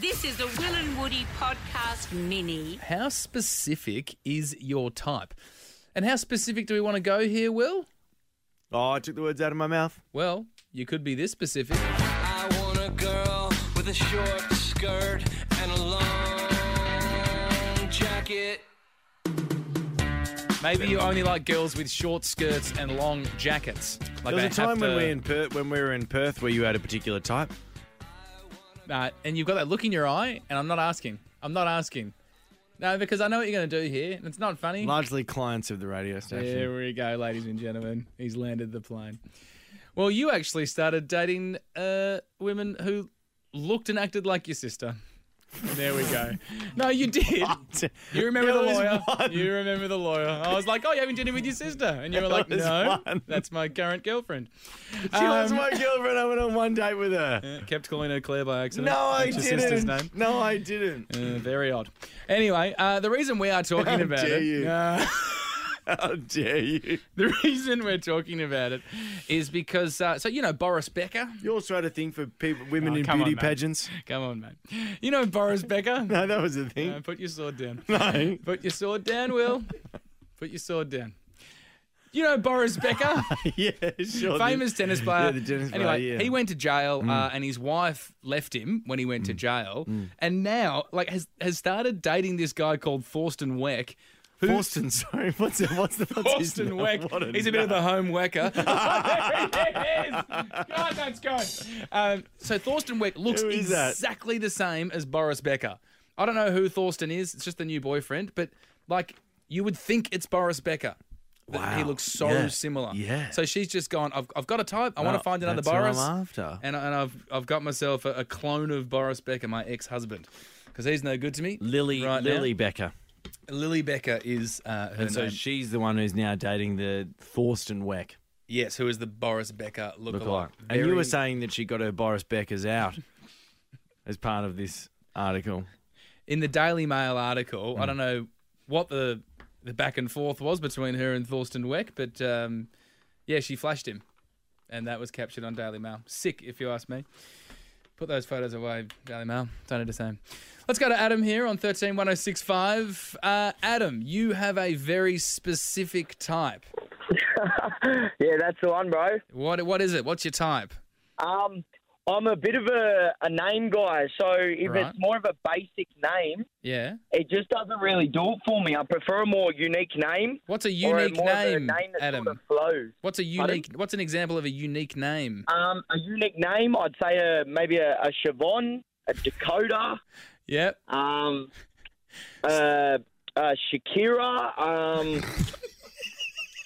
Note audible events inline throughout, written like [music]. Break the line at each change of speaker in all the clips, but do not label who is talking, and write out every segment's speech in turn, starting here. This is a Will and Woody podcast mini.
How specific is your type? And how specific do we want to go here, Will?
Oh, I took the words out of my mouth.
Well, you could be this specific.
I want a girl with a short skirt and a long jacket.
Maybe you only like girls with short skirts and long jackets. Like
There was
they
a time
have
when
to-
we were in Perth, when we were in Perth, where you had a particular
[laughs]
type.
Uh, and you've got that look in your eye, and I'm not asking. I'm not asking. No, because I know what you're going to do here, and it's not funny.
Largely clients of the radio
There
station.
we go, ladies and gentlemen. He's landed the plane. Well, you actually started dating uh, women who looked and acted like your sister. There we go. No, you did. [laughs]
[laughs]
You remember the
There was
lawyer.
one.
You remember the lawyer. I was like, "Oh, you having dinner with your sister?" And you were like,
was
"No,
one.
that's my current girlfriend." She
She was my girlfriend. I went on one date with her.
Kept calling her Claire by accident.
No, I
That's your sister's
didn't.
name.
No, I didn't.
Uh, very odd. Anyway, uh, the reason we are talking
How
about
dare
it,
you.
uh,
How dare you?
[laughs] the reason we're talking about it, is because uh, so you know Boris Becker.
You also had a thing for people, women
Oh,
in
come
beauty
on, mate.
pageants. [laughs]
Come on, mate. You know Boris Becker.
No, that was a
Uh,
thing.
put your sword down.
[laughs] No.
Put your sword down, Will. Put your sword down. You know Boris
[laughs]
Becker.
yeah, sure.
famous
[laughs]
tennis player.
Yeah, the tennis player,
anyway,
yeah. Mm.
he went to jail, uh, and his wife left him when he went to jail, and now like has has started dating this guy called Thorsten Weck. Who,
Boston, sorry. [laughs] What's the, what's the, what's
[laughs]
his
Thorsten
name?
Weck.
[laughs] What
He's a bit of [laughs] a home wecker. there he is. God, that's good. Um, so Thorsten Weck looks
Who is that?
exactly the same as Boris Becker. I don't know who Thorsten is. It's just the new boyfriend, but like you would think it's Boris Becker. That He
Wow.
looks so
Yeah.
similar.
Yeah.
So she's just gone. I've, I've got a type. I want
Well,
to find another
that's who I'm
Boris.
after.
And, I- and I've I've got myself a, a clone of Boris Becker, my ex-husband, because he's no good to me.
Lily,
right now.
Lily Becker.
Lily Becker is uh, her
And so
name.
she's the one who's now dating the Thorsten Weck
Yes, who is the Boris Becker lookalike?
lookalike.
Very-
And you were saying that she got her Boris Beckers out as part of this article.
in the Daily Mail article.
Mm.
I don't know what the the back and forth was between her and Thorsten Weck, but um, yeah, she flashed him, and that was captured on Daily Mail. Sick, if you ask me. Put those photos away, Daily Mail. Don't need to say 'em. Let's go to Adam here on thirteen one zero six five. Uh, Adam, you have a very specific type.
Yeah, that's the one, bro.
What what is it? What's your type?
Um, I'm a bit of a, a name guy, so if
Right.
it's more of a basic name,
Yeah.
it just doesn't really do it for me. I prefer a more unique name.
What's a
or a
unique
more of a
name,
name that
Adam?
sort of flows.
What's a unique? What's an example of a unique name?
Um, a unique name, I'd say a, maybe a, a Siobhan, a Dakota,
Yep. [laughs]
um, uh, uh, Shakira. Um, [laughs]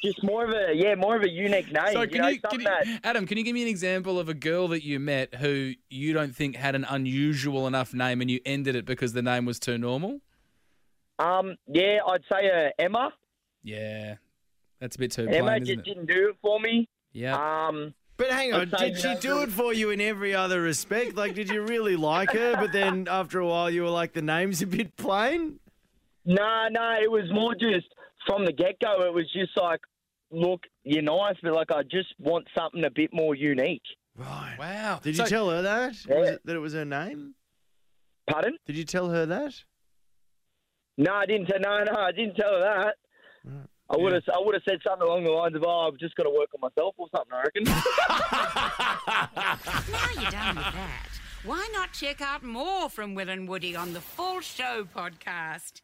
just more of a yeah, more of a unique name.
So
you
can
know,
you, can
something
you-
that
Adam, can you give me an example of a girl that you met who you don't think had an unusual enough name and you ended it because the name was too normal?
um, yeah, I'd say a Emma.
Yeah. That's a bit too
Emma
plain,
just
isn't it?
didn't do it for me.
Yeah.
Um,
But hang on,
I'd say
did
no,
she do
really-
it for you in every other respect? Like, did you really like her? But then after a while, you were like, the name's a bit plain.
No, no, it was more just from the get go. It was just like, look, you're nice, but like I just want something a bit more unique.
Right.
wow.
Did you
So-
tell her that? Was
Yeah.
it- that it was her name?
Pardon?
Did you tell her that?
No, I didn't. Say, no, no, I didn't tell her that. I would have, I would have said something along the lines of, "Oh, I've just got to work on myself" or something. I reckon.
Now you're done with that. Why not check out more from Will and Woody on the Full Show podcast?